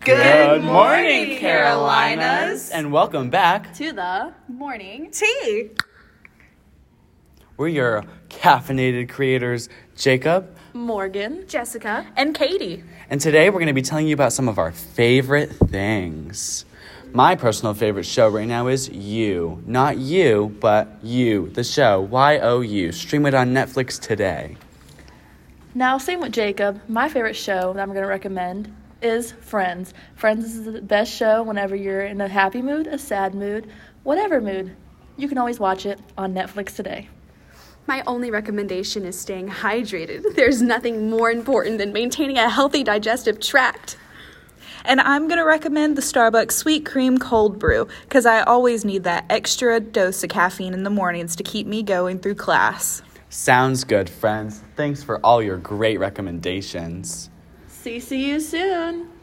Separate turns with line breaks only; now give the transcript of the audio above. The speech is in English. Good
morning,
Carolinas.
And welcome back.
to the
morning.
tea.
We're your caffeinated creators, Jacob.
Morgan
Jessica.
and Katie.
And today we're going to be telling you about some of our favorite things. My personal favorite show right now is You. Not you, but You, the show, Y O U. Stream it on Netflix today.
Now, same with Jacob. My favorite show that I'm going to recommend is Friends. Friends is the best show whenever you're in a happy mood, a sad mood, whatever mood. You can always watch it on Netflix today.
My only recommendation is staying hydrated. There's nothing more important than maintaining a healthy digestive tract.
And I'm going to recommend the Starbucks Sweet Cream Cold Brew because I always need that extra dose of caffeine in the mornings to keep me going through class.
Sounds good, friends. Thanks for all your great recommendations.
See, see you soon.